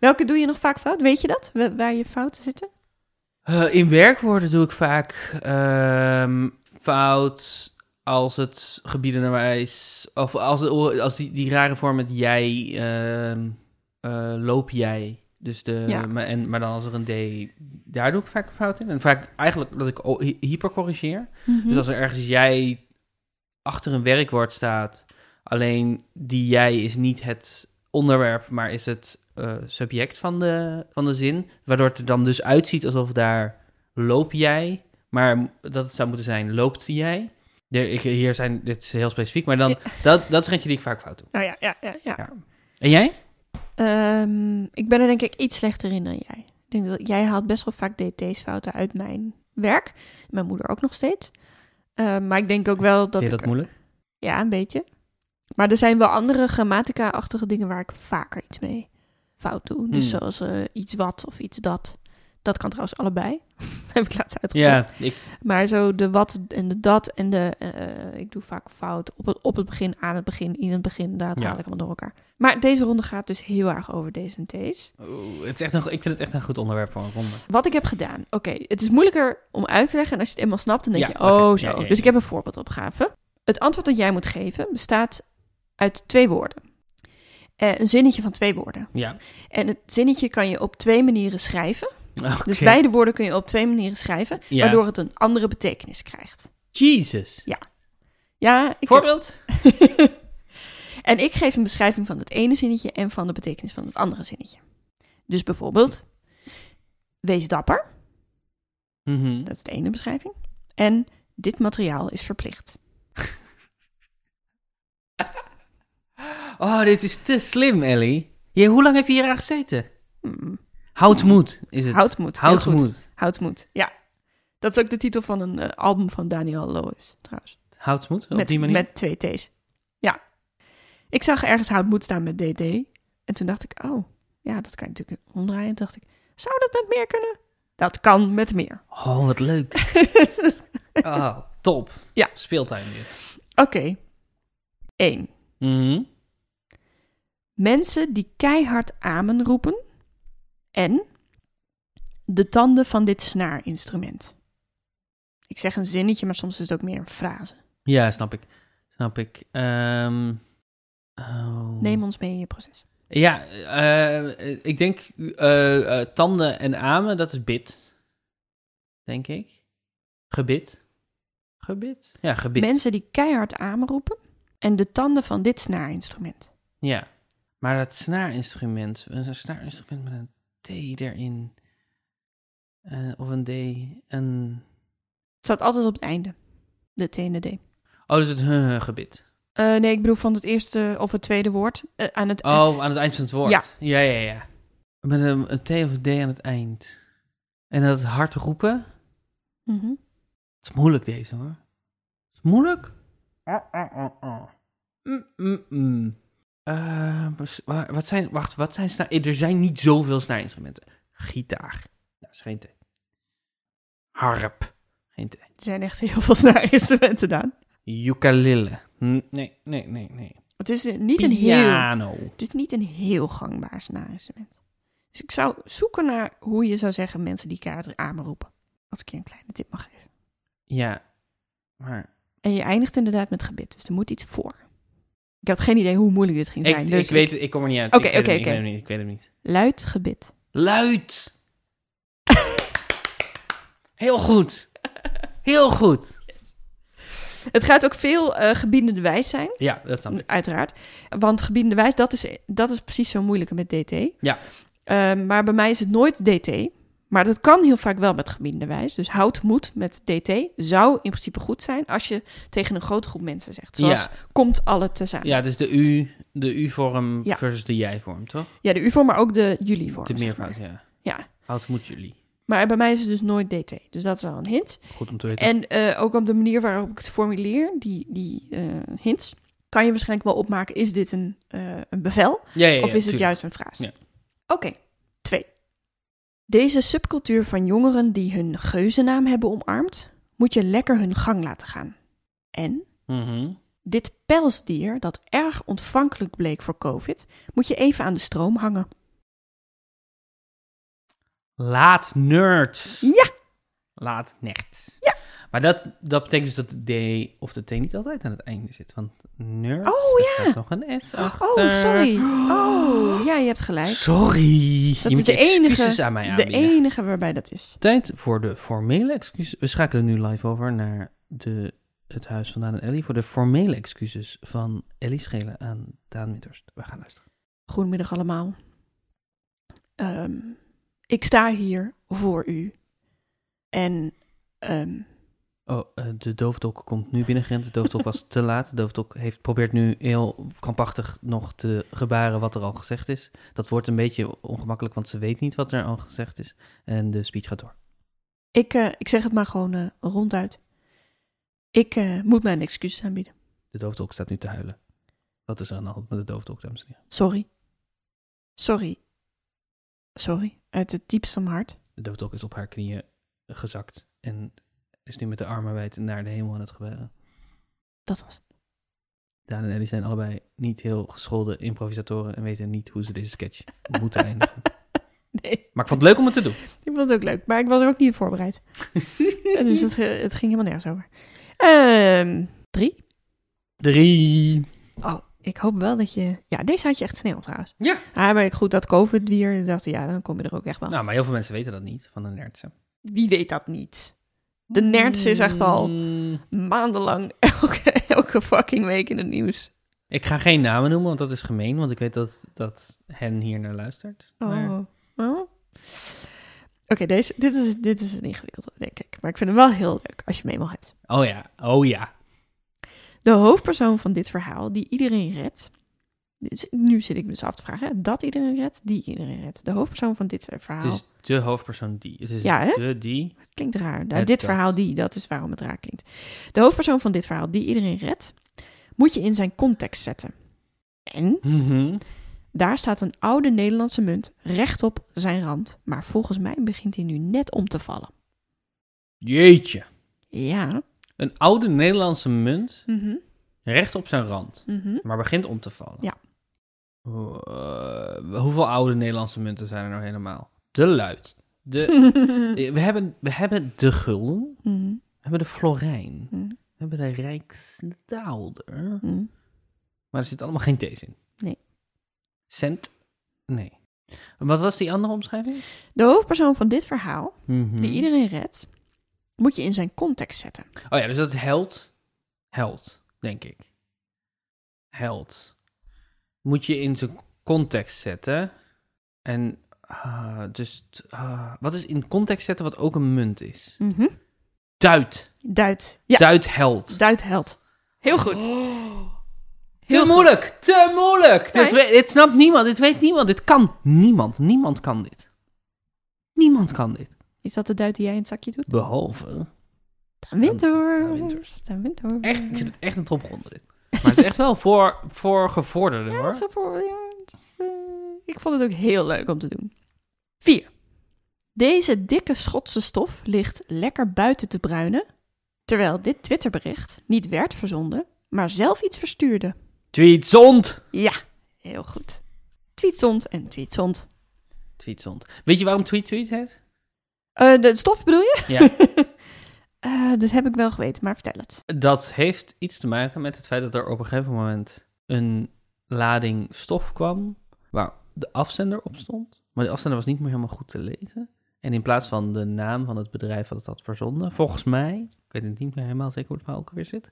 Speaker 2: Welke doe je nog vaak fout? Weet je dat? Wa- Waar je fouten zitten?
Speaker 1: Eh, in werkwoorden doe ik vaak ehm, fout als het gebiedenwijs... Of als, als die, die rare vorm met jij, ehm, eh, loop jij. Dus de,
Speaker 2: Ja.
Speaker 1: maar, en, maar dan als er een D, daar doe ik vaak fout in. En vaak eigenlijk dat ik o- hy- hypercorrigeer.
Speaker 2: Hm?
Speaker 1: Dus als er ergens jij achter een werkwoord staat... alleen die jij is niet het onderwerp, maar is het eh, subject van de, van de zin. Waardoor het er dan dus uitziet alsof daar loop jij, maar dat het zou moeten zijn loopt jij. Ja, ik, hier zijn, dit is heel specifiek, maar dan,
Speaker 2: Ja.
Speaker 1: dat, dat is eentje die ik vaak fout doe.
Speaker 2: Nou ja, ja, ja. ja.
Speaker 1: Ja. En jij?
Speaker 2: Ehm, ik ben er denk ik iets slechter in dan jij. Ik denk dat jij haalt best wel vaak DT's fouten uit mijn werk. Mijn moeder ook nog steeds. Ehm, maar ik denk ook wel dat
Speaker 1: Vind je
Speaker 2: ik
Speaker 1: dat moeilijk?
Speaker 2: Ja, een beetje. Maar er zijn wel andere grammatica-achtige dingen waar ik vaker iets mee fout doe. Dus
Speaker 1: Hmm.
Speaker 2: zoals eh, iets wat of iets dat. Dat kan trouwens allebei. Heb ik laatst uitgezocht.
Speaker 1: Ja, ik,
Speaker 2: Maar zo de wat en de dat en de... eh, ik doe vaak fout op het, op het begin, aan het begin, in het begin. Dat
Speaker 1: Ja.
Speaker 2: haal ik allemaal door elkaar. Maar deze ronde gaat dus heel erg over deze en deze.
Speaker 1: Oeh, oh, het is echt een, go- ik vind het echt een goed onderwerp voor een ronde.
Speaker 2: Wat ik heb gedaan. Oké, het is moeilijker om uit te leggen. En als je het eenmaal snapt, dan denk
Speaker 1: Ja,
Speaker 2: je, oh
Speaker 1: oké.
Speaker 2: zo.
Speaker 1: Ja, ja, ja.
Speaker 2: Dus ik heb een voorbeeldopgave. Het antwoord dat jij moet geven bestaat uit twee woorden. Eh, een zinnetje van twee woorden.
Speaker 1: Ja.
Speaker 2: En het zinnetje kan je op twee manieren schrijven. Dus
Speaker 1: Oké.
Speaker 2: beide woorden kun je op twee manieren schrijven,
Speaker 1: Ja.
Speaker 2: waardoor het een andere betekenis krijgt.
Speaker 1: Jesus.
Speaker 2: Ja, ik
Speaker 1: Voorbeeld?
Speaker 2: en ik geef een beschrijving van het ene zinnetje en van de betekenis van het andere zinnetje. Dus bijvoorbeeld, wees dapper.
Speaker 1: Mhm.
Speaker 2: Dat is de ene beschrijving. En dit materiaal is verplicht.
Speaker 1: Oh, dit is te slim, Ellie. Je, hoe lang heb je hier aan gezeten?
Speaker 2: Hmm.
Speaker 1: Houd moed, is het.
Speaker 2: Houd moed.
Speaker 1: Houd
Speaker 2: heel goed.
Speaker 1: moed.
Speaker 2: Houd moed. Ja. Dat is ook de titel van een eh, album van Daniel Loewis, trouwens.
Speaker 1: Houd moed, op
Speaker 2: met,
Speaker 1: die manier.
Speaker 2: met twee T's. Ja. Ik zag ergens Houd moed staan met DD. En toen dacht ik, oh, ja, dat kan je natuurlijk omdraaien. Toen dacht ik, zou dat met meer kunnen? Dat kan met meer.
Speaker 1: Oh, wat leuk. oh, top.
Speaker 2: Ja.
Speaker 1: Speeltuin dit.
Speaker 2: Oké. 1.
Speaker 1: Mhm.
Speaker 2: Mensen die keihard amen roepen. En de tanden van dit snaarinstrument. Ik zeg een zinnetje, maar soms is het ook meer een frase.
Speaker 1: Ja, snap ik. Snap ik. Ehm, oh.
Speaker 2: Neem ons mee in je proces.
Speaker 1: Ja, eh, ik denk eh, eh, tanden en amen, dat is bid. Denk ik. Gebit. Gebit? Ja, gebit.
Speaker 2: Mensen die keihard amen roepen. En de tanden van dit snaarinstrument.
Speaker 1: Ja. Maar dat snaarinstrument, een snaarinstrument met een T erin. Eh, of een D. Een...
Speaker 2: Het staat altijd op het einde. De T en de D.
Speaker 1: Oh, dus het huh, huh, gebit.
Speaker 2: Eh, nee, ik bedoel van het eerste of het tweede woord. eh, aan het eh,
Speaker 1: Oh, aan het eind van het woord.
Speaker 2: Ja.
Speaker 1: ja, ja. ja. Met een, een T of een D aan het eind. En dat hard roepen.
Speaker 2: mhm.
Speaker 1: Het is moeilijk deze hoor. Het is moeilijk? Ah, ah, ah, ah. Mm, mm, mm. Eh, bes- wa- wat zijn, wacht, wat zijn sna- eh, Er zijn niet zoveel snaarinstrumenten. Gitaar. Dat is geen T. Harp. Geen T.
Speaker 2: Er zijn echt heel veel snaarinstrumenten gedaan.
Speaker 1: Ukulele. Hm, Nee, nee, nee, nee.
Speaker 2: Het is eh, niet een heel
Speaker 1: Piano.
Speaker 2: Het is dus niet een heel gangbaar snaarinstrument. Dus ik zou zoeken naar hoe je zou zeggen mensen die kaart amen roepen. Als ik je een kleine tip mag geven.
Speaker 1: Ja. Maar
Speaker 2: En je eindigt inderdaad met gebit, dus er moet iets voor. Ik had geen idee hoe moeilijk dit ging
Speaker 1: ik,
Speaker 2: zijn.
Speaker 1: ik
Speaker 2: dus
Speaker 1: weet het, ik kom er niet uit.
Speaker 2: Oké,
Speaker 1: Ik weet
Speaker 2: oké,
Speaker 1: het niet,
Speaker 2: oké.
Speaker 1: Ik weet het niet, ik weet het niet.
Speaker 2: Luid gebit.
Speaker 1: Luid. Heel goed. Heel goed.
Speaker 2: Het gaat ook veel eh gebiedende wijs zijn,
Speaker 1: Ja, dat snap ik.
Speaker 2: uiteraard. Want gebiedende wijs, dat is, dat is precies zo moeilijke met DT.
Speaker 1: Ja.
Speaker 2: Eh, maar bij mij is het nooit DT. Maar dat kan heel vaak wel met gebiedende wijs. Dus houd moed met DT zou in principe goed zijn als je tegen een grote groep mensen zegt. Zoals
Speaker 1: Ja.
Speaker 2: komt alle tezamen. Ja,
Speaker 1: Ja, dus de U, de U-vorm
Speaker 2: Ja.
Speaker 1: versus de jij-vorm, toch?
Speaker 2: de U-vorm, maar ook de jullie-vorm.
Speaker 1: De
Speaker 2: zeg
Speaker 1: meervoud,
Speaker 2: maar.
Speaker 1: ja.
Speaker 2: Ja,
Speaker 1: Houd moet jullie.
Speaker 2: maar bij mij is het dus nooit DT. Dus dat is al een hint.
Speaker 1: Goed om te weten.
Speaker 2: En eh, ook op de manier waarop ik het formuleer, die, die eh, hints, kan je waarschijnlijk wel opmaken, is dit een, eh, een bevel?
Speaker 1: Ja, ja, ja,
Speaker 2: Of is het
Speaker 1: tuurlijk.
Speaker 2: juist een frase?
Speaker 1: Ja.
Speaker 2: Oké, twee. Deze subcultuur van jongeren die hun geuzennaam hebben omarmd, moet je lekker hun gang laten gaan. En
Speaker 1: Mhm.
Speaker 2: dit pelsdier dat erg ontvankelijk bleek voor COVID, moet je even aan de stroom hangen.
Speaker 1: Laat nerds.
Speaker 2: Ja.
Speaker 1: Laat nerds.
Speaker 2: Ja.
Speaker 1: Maar dat, dat betekent dus dat de D of de T niet altijd aan het einde zit. Want nerds,
Speaker 2: Oh,
Speaker 1: daar
Speaker 2: ja.
Speaker 1: staat nog een S
Speaker 2: Oh,
Speaker 1: achter.
Speaker 2: sorry. Oh, ja, je hebt gelijk.
Speaker 1: Sorry. je
Speaker 2: is
Speaker 1: moet
Speaker 2: de enige-
Speaker 1: excuses aan mij
Speaker 2: De
Speaker 1: aanbieden.
Speaker 2: enige waarbij dat is.
Speaker 1: Tijd voor de formele excuses. We schakelen nu live over naar de, het huis van Daan en Ellie voor de formele excuses van Ellie Schelen aan Daan Winters. We gaan luisteren.
Speaker 2: Goedemiddag allemaal. Ehm, ik sta hier voor u. En ehm,
Speaker 1: Oh, eh, de doofdok komt nu binnengerend. De doofdok was te laat. De doofdok heeft, probeert nu heel krampachtig nog te gebaren wat er al gezegd is. Dat wordt een beetje ongemakkelijk, want ze weet niet wat er al gezegd is. En de speech gaat door.
Speaker 2: ik, eh, ik zeg het maar gewoon eh, ronduit. Ik eh, moet mijn excuses aanbieden.
Speaker 1: De doofdok staat nu te huilen. Wat is er aan de hand met de doofdok, dames en heren?
Speaker 2: Sorry. Sorry. Sorry. Uit het diepste van mijn hart.
Speaker 1: De doofdok is op haar knieën gezakt en is nu met de armen wijd naar de hemel aan het gebaren.
Speaker 2: Dat was het.
Speaker 1: Daan en Ellie zijn allebei niet heel geschoolde improvisatoren en weten niet hoe ze deze sketch moeten eindigen.
Speaker 2: Nee,
Speaker 1: Maar ik vond het leuk om het te doen.
Speaker 2: ik vond het ook leuk. Maar ik was er ook niet op voorbereid. Eh, dus het, ge- het ging helemaal nergens over. Ehm, drie.
Speaker 1: Drie.
Speaker 2: Oh, ik hoop wel dat je... Ja, deze had je echt snel trouwens.
Speaker 1: Ja.
Speaker 2: Ah, maar ik goed, dat covid weer. Ik dacht, ja, dan kom je er ook echt wel.
Speaker 1: Nou, maar heel veel mensen weten dat niet van de nerds. hè.
Speaker 2: Wie weet dat niet? De nerds is echt al
Speaker 1: Mm,
Speaker 2: maandenlang elke, elke fucking week in het nieuws.
Speaker 1: Ik ga geen namen noemen, want dat is gemeen, want ik weet dat, dat hen hier naar luistert. Maar
Speaker 2: Oh. Oh. Oké, deze dit, is, dit is een ingewikkelde, denk ik. Maar ik vind hem wel heel leuk als je hem eenmaal hebt.
Speaker 1: Oh ja, oh ja.
Speaker 2: De hoofdpersoon van dit verhaal, die iedereen redt. Dus nu zit ik me dus af te vragen, hè, dat iedereen redt, die iedereen redt. De hoofdpersoon van dit verhaal.
Speaker 1: Het is de hoofdpersoon die. Het is
Speaker 2: Ja, hè?
Speaker 1: de die.
Speaker 2: Klinkt raar. Nou,
Speaker 1: Het
Speaker 2: dit
Speaker 1: kan.
Speaker 2: verhaal, die, dat is waarom het raar klinkt. De hoofdpersoon van dit verhaal, die iedereen redt, moet je in zijn context zetten. En
Speaker 1: Mhm.
Speaker 2: Daar staat een oude Nederlandse munt rechtop zijn rand, maar volgens mij begint hij nu net om te vallen.
Speaker 1: Jeetje.
Speaker 2: Ja.
Speaker 1: Een oude Nederlandse munt recht op zijn rand,
Speaker 2: Mhm.
Speaker 1: maar begint om te vallen.
Speaker 2: Ja.
Speaker 1: Ho- eh, hoeveel oude Nederlandse munten zijn er nou helemaal? De luid. De, we, hebben, we hebben de gulden,
Speaker 2: Mhm.
Speaker 1: we hebben de florijn,
Speaker 2: Mhm.
Speaker 1: we hebben de rijksdaalder.
Speaker 2: Mhm.
Speaker 1: Maar er zit allemaal geen T's in.
Speaker 2: Nee.
Speaker 1: Cent? Nee. Wat was die andere omschrijving?
Speaker 2: De hoofdpersoon van dit verhaal,
Speaker 1: Mhm.
Speaker 2: die iedereen redt, moet je in zijn context zetten.
Speaker 1: Oh ja, dus dat is held. Held, denk ik. Held. Moet je in zijn context zetten. En ah, dus... t- ah, wat is in context zetten wat ook een munt is?
Speaker 2: Mhm.
Speaker 1: Duid.
Speaker 2: Duit. Ja,
Speaker 1: Duid held.
Speaker 2: Duit held. Heel goed.
Speaker 1: Te
Speaker 2: Heel goed.
Speaker 1: moeilijk, te moeilijk. Dit,
Speaker 2: Nee.
Speaker 1: we- dit snapt niemand, dit weet niemand, dit kan niemand. Niemand kan dit. Niemand kan dit.
Speaker 2: Is dat de duit die jij in het zakje doet?
Speaker 1: Behalve...
Speaker 2: Daan Winter.
Speaker 1: Daan Winters.
Speaker 2: Daan Winter.
Speaker 1: Echt, ik zit echt een topronde dit. Maar het is echt wel voor, voor gevorderden
Speaker 2: Ja, het is
Speaker 1: hoor.
Speaker 2: wel voor- ja, het is, eh, ik vond het ook heel leuk om te doen. 4. Deze dikke Schotse stof ligt lekker buiten te bruinen, terwijl dit Twitterbericht niet werd verzonden, maar zelf iets verstuurde.
Speaker 1: Tweetzond!
Speaker 2: Ja, heel goed. Tweetzond en tweetzond.
Speaker 1: Tweetzond. Weet je waarom Tweet Tweet heet?
Speaker 2: Eh, de stof bedoel je?
Speaker 1: Ja.
Speaker 2: Eh, dat heb ik wel geweten, maar vertel het.
Speaker 1: Dat heeft iets te maken met het feit dat er op een gegeven moment een lading stof kwam waar de afzender op stond. Maar de afzender was niet meer helemaal goed te lezen. En in plaats van de naam van het bedrijf dat het had verzonden, volgens mij, ik weet het niet meer helemaal zeker hoe het verhaal ook weer zit,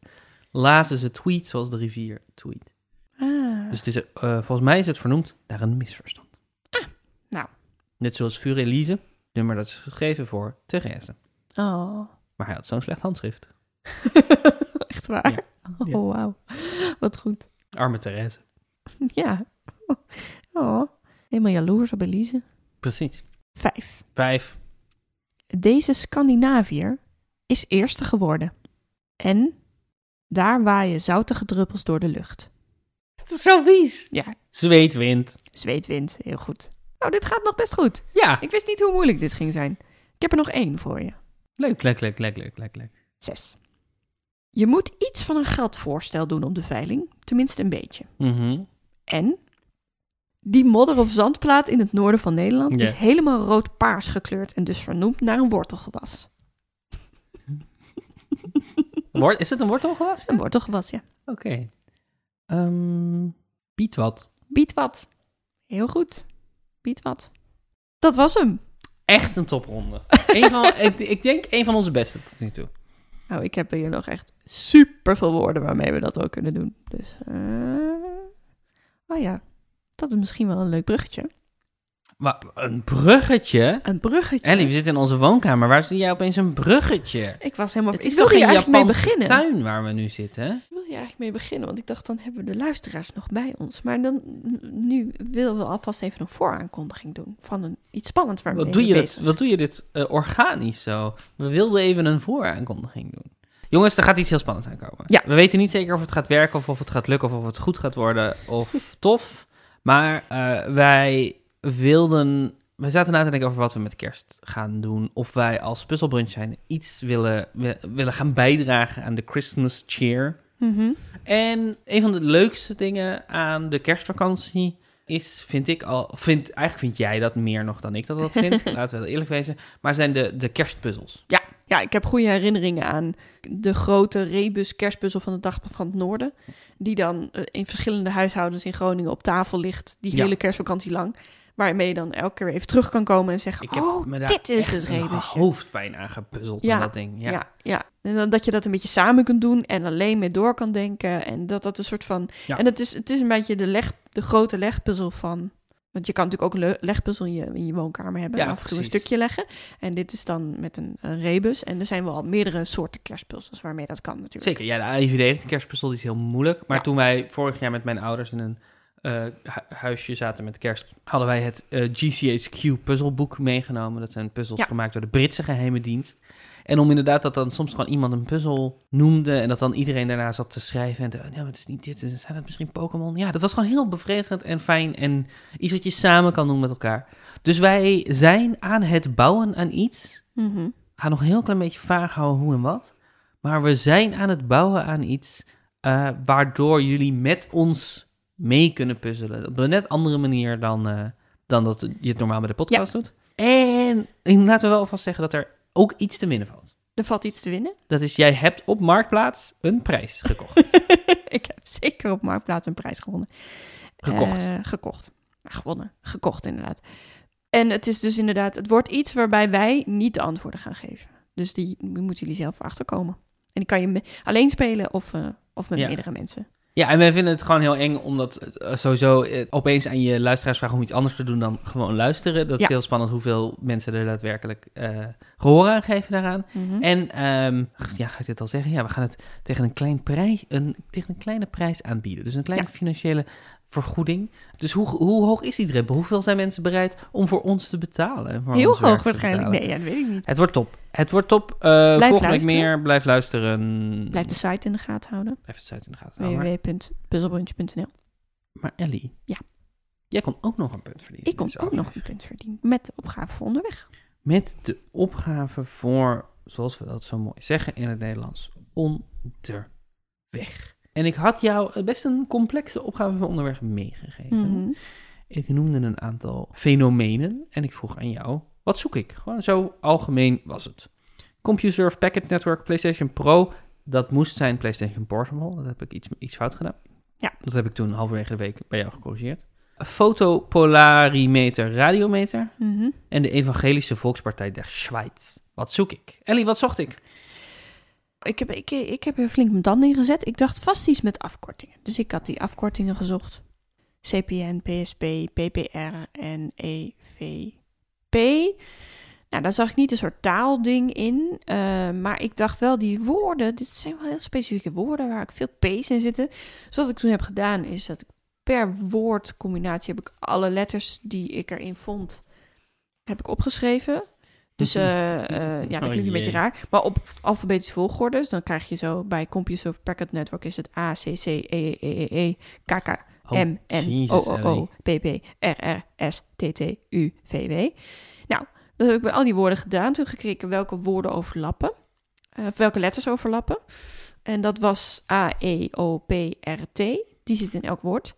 Speaker 1: lazen ze tweet zoals de rivier tweet.
Speaker 2: Ah,
Speaker 1: Dus het is, eh, volgens mij is het vernoemd naar een misverstand.
Speaker 2: nou.
Speaker 1: Net zoals Furelise, nummer dat is geschreven voor Therese.
Speaker 2: oh.
Speaker 1: Maar hij had zo'n slecht handschrift.
Speaker 2: Echt waar? Oh, wauw. Wat goed.
Speaker 1: Arme Therese.
Speaker 2: Ja. Oh. Helemaal jaloers op Elise.
Speaker 1: Precies.
Speaker 2: Vijf.
Speaker 1: Vijf.
Speaker 2: Deze Scandinaviër is eerste geworden. En Daar waaien zoutige druppels door de lucht.
Speaker 1: Het is zo vies.
Speaker 2: Ja,
Speaker 1: Zweet, wind.
Speaker 2: zweetwind, heel goed. Nou, dit gaat nog best goed.
Speaker 1: Ja.
Speaker 2: Ik wist niet hoe moeilijk dit ging zijn. Ik heb er nog één voor je.
Speaker 1: Leuk, leuk, leuk, leuk, leuk, leuk, leuk.
Speaker 2: Zes. Je moet iets van een geldvoorstel doen op de veiling, tenminste een beetje.
Speaker 1: Mhm.
Speaker 2: En die modder- of zandplaat in het noorden van Nederland
Speaker 1: Ja.
Speaker 2: is helemaal rood-paars gekleurd en dus vernoemd naar een wortelgewas.
Speaker 1: Wor- Is het een wortelgewas?
Speaker 2: Een wortelgewas, ja.
Speaker 1: Oké. Ehm Piet wat?
Speaker 2: Biedt wat. Heel goed. Biedt wat. Dat was hem.
Speaker 1: Echt een topronde. Eén van, ik, ik denk een van onze beste tot nu toe.
Speaker 2: Nou, ik heb hier nog echt super veel woorden waarmee we dat wel kunnen doen. Dus, eh, oh ja, dat is misschien wel een leuk bruggetje.
Speaker 1: Maar een bruggetje?
Speaker 2: Een bruggetje.
Speaker 1: Ellie, we zitten in onze woonkamer. Waar zie jij opeens een bruggetje?
Speaker 2: Ik was helemaal.
Speaker 1: Het
Speaker 2: Ik
Speaker 1: is
Speaker 2: wilde
Speaker 1: toch
Speaker 2: hier
Speaker 1: geen
Speaker 2: eigenlijk mee
Speaker 1: Japanse
Speaker 2: beginnen.
Speaker 1: tuin waar we nu zitten?
Speaker 2: Ik wil hier eigenlijk mee beginnen, want ik dacht dan hebben we de luisteraars nog bij ons. Maar dan nu willen we alvast even een vooraankondiging doen van een, iets spannends waarmee
Speaker 1: Wat doe, je
Speaker 2: we
Speaker 1: dit,
Speaker 2: bezig
Speaker 1: wat doe je dit eh, organisch zo? We wilden even een vooraankondiging doen. Jongens, er gaat iets heel spannends aankomen.
Speaker 2: Ja.
Speaker 1: We weten niet zeker of het gaat werken of of het gaat lukken of of het goed gaat worden of tof. Maar eh, wij wilden... We zaten na te denken over wat we met kerst gaan doen. Of wij als puzzelbrunch zijn iets willen, wi- willen gaan bijdragen aan de Christmas cheer.
Speaker 2: Mhm.
Speaker 1: En een van de leukste dingen aan de kerstvakantie is, vind ik al, vind, eigenlijk vind jij dat meer nog dan ik dat dat vind, laten we wel eerlijk wezen, maar zijn de, de kerstpuzzels.
Speaker 2: Ja, ja, ik heb goede herinneringen aan de grote rebus kerstpuzzel van de Dag van het Noorden. Die dan eh, in verschillende huishoudens in Groningen op tafel ligt, die
Speaker 1: Ja.
Speaker 2: hele kerstvakantie lang. Waarmee je dan elke keer even terug kan komen en zeggen,
Speaker 1: Ik heb
Speaker 2: oh,
Speaker 1: me daar
Speaker 2: dit is
Speaker 1: echt
Speaker 2: het
Speaker 1: een
Speaker 2: rebusje.
Speaker 1: hoofdpijn aan gepuzzeld
Speaker 2: Ja,
Speaker 1: van dat ding. Ja.
Speaker 2: Ja, ja. En dan dat je dat een beetje samen kunt doen en alleen mee door kan denken. En dat dat een soort van.
Speaker 1: Ja.
Speaker 2: En het is, het is een beetje de, leg, de grote legpuzzel van. Want je kan natuurlijk ook een le- legpuzzel in je, in je woonkamer hebben.
Speaker 1: Ja,
Speaker 2: en af en toe een
Speaker 1: precies.
Speaker 2: stukje leggen. En dit is dan met een, een rebus. En er zijn wel meerdere soorten kerstpuzzels waarmee dat kan natuurlijk.
Speaker 1: Zeker, ja, de AIVD heeft een kerstpuzzel, die is heel moeilijk. Maar
Speaker 2: Ja.
Speaker 1: toen wij vorig jaar met mijn ouders in een eh, hu- huisje zaten met kerst, hadden wij het eh, GCHQ puzzelboek meegenomen. Dat zijn puzzels
Speaker 2: Ja.
Speaker 1: gemaakt door de Britse geheime dienst. En om inderdaad dat dan soms gewoon iemand een puzzel noemde en dat dan iedereen daarna zat te schrijven. En te, nou, het is niet dit, zijn het misschien Pokémon? Ja, dat was gewoon heel bevredigend en fijn en iets wat je samen kan doen met elkaar. Dus wij zijn aan het bouwen aan iets
Speaker 2: Mhm.
Speaker 1: ga nog een heel klein beetje vaag houden hoe en wat. Maar we zijn aan het bouwen aan iets eh, waardoor jullie met ons mee kunnen puzzelen. Op een net andere manier dan, eh, dan dat je het normaal bij de podcast doet. En, en laten we wel alvast zeggen dat er ook iets te winnen valt.
Speaker 2: Er valt iets te winnen.
Speaker 1: Dat is, jij hebt op Marktplaats een prijs gekocht.
Speaker 2: ik heb zeker op Marktplaats een prijs gewonnen.
Speaker 1: Gekocht.
Speaker 2: Eh, gekocht. Ah, Gewonnen. Gekocht, inderdaad. En het is dus inderdaad, het wordt iets waarbij wij niet de antwoorden gaan geven. Dus die, die moeten jullie zelf achterkomen. En die kan je me- alleen spelen of, eh, of met
Speaker 1: Ja.
Speaker 2: meerdere mensen.
Speaker 1: Ja, en wij vinden het gewoon heel eng omdat eh, sowieso eh, opeens aan je luisteraars vragen om iets anders te doen dan gewoon luisteren. Dat is
Speaker 2: Ja.
Speaker 1: heel spannend hoeveel mensen er daadwerkelijk eh, gehoor aan geven daaraan.
Speaker 2: Mhm. Hm?
Speaker 1: En ehm, ja, ga ik dit al zeggen? Ja, we gaan het tegen een, klein prijs, een, tegen een kleine prijs aanbieden. Dus een kleine
Speaker 2: Ja.
Speaker 1: financiële vergoeding. Dus hoe, hoe hoog is die drempel? Hoeveel zijn mensen bereid om voor ons te betalen? Voor
Speaker 2: Heel
Speaker 1: ons werk
Speaker 2: hoog
Speaker 1: te
Speaker 2: waarschijnlijk.
Speaker 1: betalen?
Speaker 2: Nee, ja, dat weet ik niet.
Speaker 1: Het wordt top. Het wordt top. Eh, volgende week
Speaker 2: luisteren.
Speaker 1: meer. Blijf luisteren.
Speaker 2: Blijf de site in de gaten houden.
Speaker 1: Even het uit in de gaten houden. Maar,
Speaker 2: www.puzzlebrunch.nl
Speaker 1: maar Ellie.
Speaker 2: Ja.
Speaker 1: Jij kon ook nog een punt verdienen.
Speaker 2: Ik kom
Speaker 1: Dus
Speaker 2: ook nog een punt verdienen met de opgave voor onderweg.
Speaker 1: Met de opgave voor, zoals we dat zo mooi zeggen in het Nederlands, onderweg. En ik had jou best een complexe opgave voor onderweg meegegeven.
Speaker 2: Mhm.
Speaker 1: Ik noemde een aantal fenomenen en ik vroeg aan jou, wat zoek ik? Gewoon zo algemeen was het. CompuServe, Packet Network, PlayStation Pro, dat moest zijn PlayStation Portable. Dat heb ik iets, iets fout gedaan.
Speaker 2: Ja.
Speaker 1: Dat heb ik toen halverwege de week bij jou gecorrigeerd. Fotopolarimeter, radiometer
Speaker 2: Mhm.
Speaker 1: en de Evangelische Volkspartij der Schweiz. Wat zoek ik? Ellie, wat zocht ik?
Speaker 2: Ik heb, ik, ik heb er flink mijn tanden in gezet. Ik dacht vast iets met afkortingen. Dus ik had die afkortingen gezocht. CPN, PSP, PPR en EVP. Nou, daar zag ik niet een soort taalding in. eh, maar ik dacht wel, die woorden, dit zijn wel heel specifieke woorden waar ik veel P's in zitten. Dus wat ik toen heb gedaan, is dat ik per woordcombinatie heb ik alle letters die ik erin vond, heb ik opgeschreven. Dus eh, eh, ja, dat
Speaker 1: Oh
Speaker 2: klinkt een beetje
Speaker 1: jee.
Speaker 2: raar. Maar op alfabetische volgorde, dus dan krijg je zo bij Compusoft Packet Network is het A, C, C, E, E, E, E, E, K, K,
Speaker 1: Oh,
Speaker 2: M, oh. N, O,
Speaker 1: Jezus,
Speaker 2: O,
Speaker 1: Ellie.
Speaker 2: O, P, P, R, R, S, T, T, U, V, W. Nou, dat heb ik bij al die woorden gedaan. Toen gekeken welke woorden overlappen. eh, Of welke letters overlappen. En dat was A, E, O, P, R, T. Die zit in elk woord.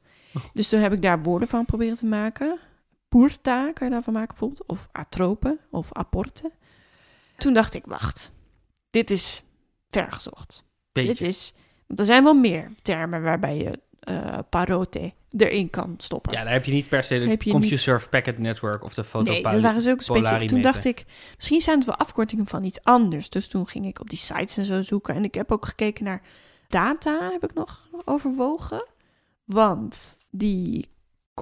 Speaker 2: Dus toen heb ik daar woorden van proberen te maken. Purta kan je daarvan maken bijvoorbeeld. Of atropen of apporte. Toen dacht ik, wacht. Dit is vergezocht.
Speaker 1: Beetje.
Speaker 2: Dit is, want er zijn wel meer termen waarbij je eh, parote erin kan stoppen.
Speaker 1: Ja, daar heb je niet per se de
Speaker 2: Heb je
Speaker 1: CompuServe Packet Network of de
Speaker 2: nee,
Speaker 1: Photopilot.
Speaker 2: dat waren zulke specifiek.
Speaker 1: polarimeter.
Speaker 2: Toen dacht ik, misschien zijn het wel afkortingen van iets anders. Dus toen ging ik op die sites en zo zoeken. En ik heb ook gekeken naar data, heb ik nog overwogen. Want die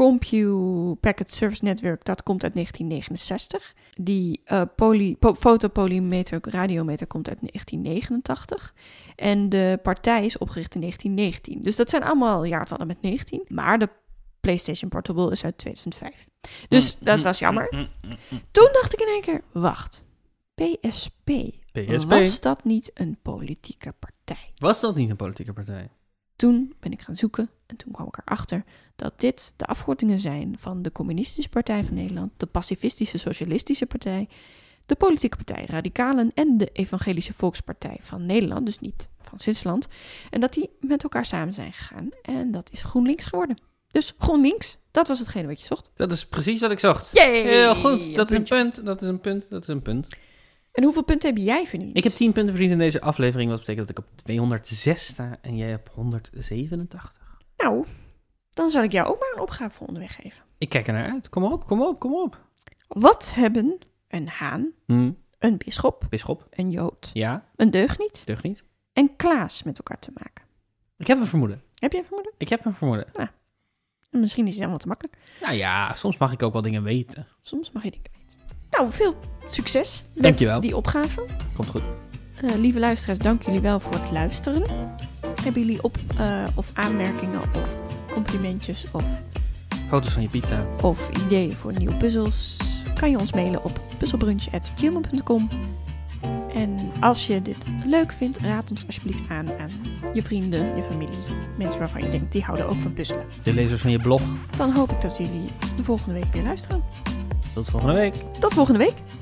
Speaker 2: Compu Packet Service Network, dat komt uit 1969. Die eh poly, po- fotopolymeter, radiometer komt uit 1989. En de partij is opgericht in 1919. Dus dat zijn allemaal jaartallen met 19. Maar de PlayStation Portable is uit 2005. Dus
Speaker 1: Mm,
Speaker 2: dat
Speaker 1: mm,
Speaker 2: was jammer.
Speaker 1: mm, mm, mm.
Speaker 2: Toen dacht ik in één keer, wacht, PSP,
Speaker 1: PSP. Was...
Speaker 2: was dat niet een politieke partij?
Speaker 1: dat niet een politieke partij?
Speaker 2: Toen ben ik gaan zoeken en toen kwam ik erachter dat dit de afkortingen zijn van de Communistische Partij van Nederland, de Pacifistische Socialistische Partij, de Politieke Partij Radicalen en de Evangelische Volkspartij van Nederland, dus niet van Zwitserland, en dat die met elkaar samen zijn gegaan en dat is GroenLinks geworden. Dus GroenLinks, dat was hetgene wat je zocht.
Speaker 1: Dat is precies wat ik zocht.
Speaker 2: Yay!
Speaker 1: Heel goed, dat is een
Speaker 2: Puntje.
Speaker 1: punt, dat is een punt, dat is een punt.
Speaker 2: En hoeveel punten heb jij verdiend?
Speaker 1: Ik heb 10 punten verdiend in deze aflevering, wat betekent dat ik op 206 sta en jij op 187.
Speaker 2: Nou, dan zal ik jou ook maar een opgave voor onderweg geven.
Speaker 1: Ik kijk er naar uit. Kom op, kom op, kom op.
Speaker 2: Wat hebben een haan,
Speaker 1: Hm,
Speaker 2: een bisschop,
Speaker 1: Bisschop,
Speaker 2: een jood,
Speaker 1: ja,
Speaker 2: een deugniet
Speaker 1: deugt niet.
Speaker 2: en Klaas met elkaar te maken?
Speaker 1: Ik heb een vermoeden.
Speaker 2: Heb jij vermoeden?
Speaker 1: Ik heb een vermoeden.
Speaker 2: Misschien is het dan wat te makkelijk.
Speaker 1: Nou ja, soms mag ik ook wel dingen weten.
Speaker 2: Soms mag je dingen weten. Nou, veel succes met
Speaker 1: Dankjewel.
Speaker 2: die opgave.
Speaker 1: Komt goed.
Speaker 2: Eh, lieve luisteraars, dank jullie wel voor het luisteren. Hebben jullie op eh, of aanmerkingen of complimentjes of,
Speaker 1: Foto's van je pizza.
Speaker 2: of ideeën voor nieuwe puzzels? Kan je ons mailen op puzzelbrunch.gmail.com. En als je dit leuk vindt, raad ons alsjeblieft aan aan je vrienden, je familie, mensen waarvan je denkt die houden ook van puzzelen.
Speaker 1: De lezers van je blog.
Speaker 2: Dan hoop ik dat jullie de volgende week weer luisteren.
Speaker 1: Tot volgende week.
Speaker 2: Tot volgende week!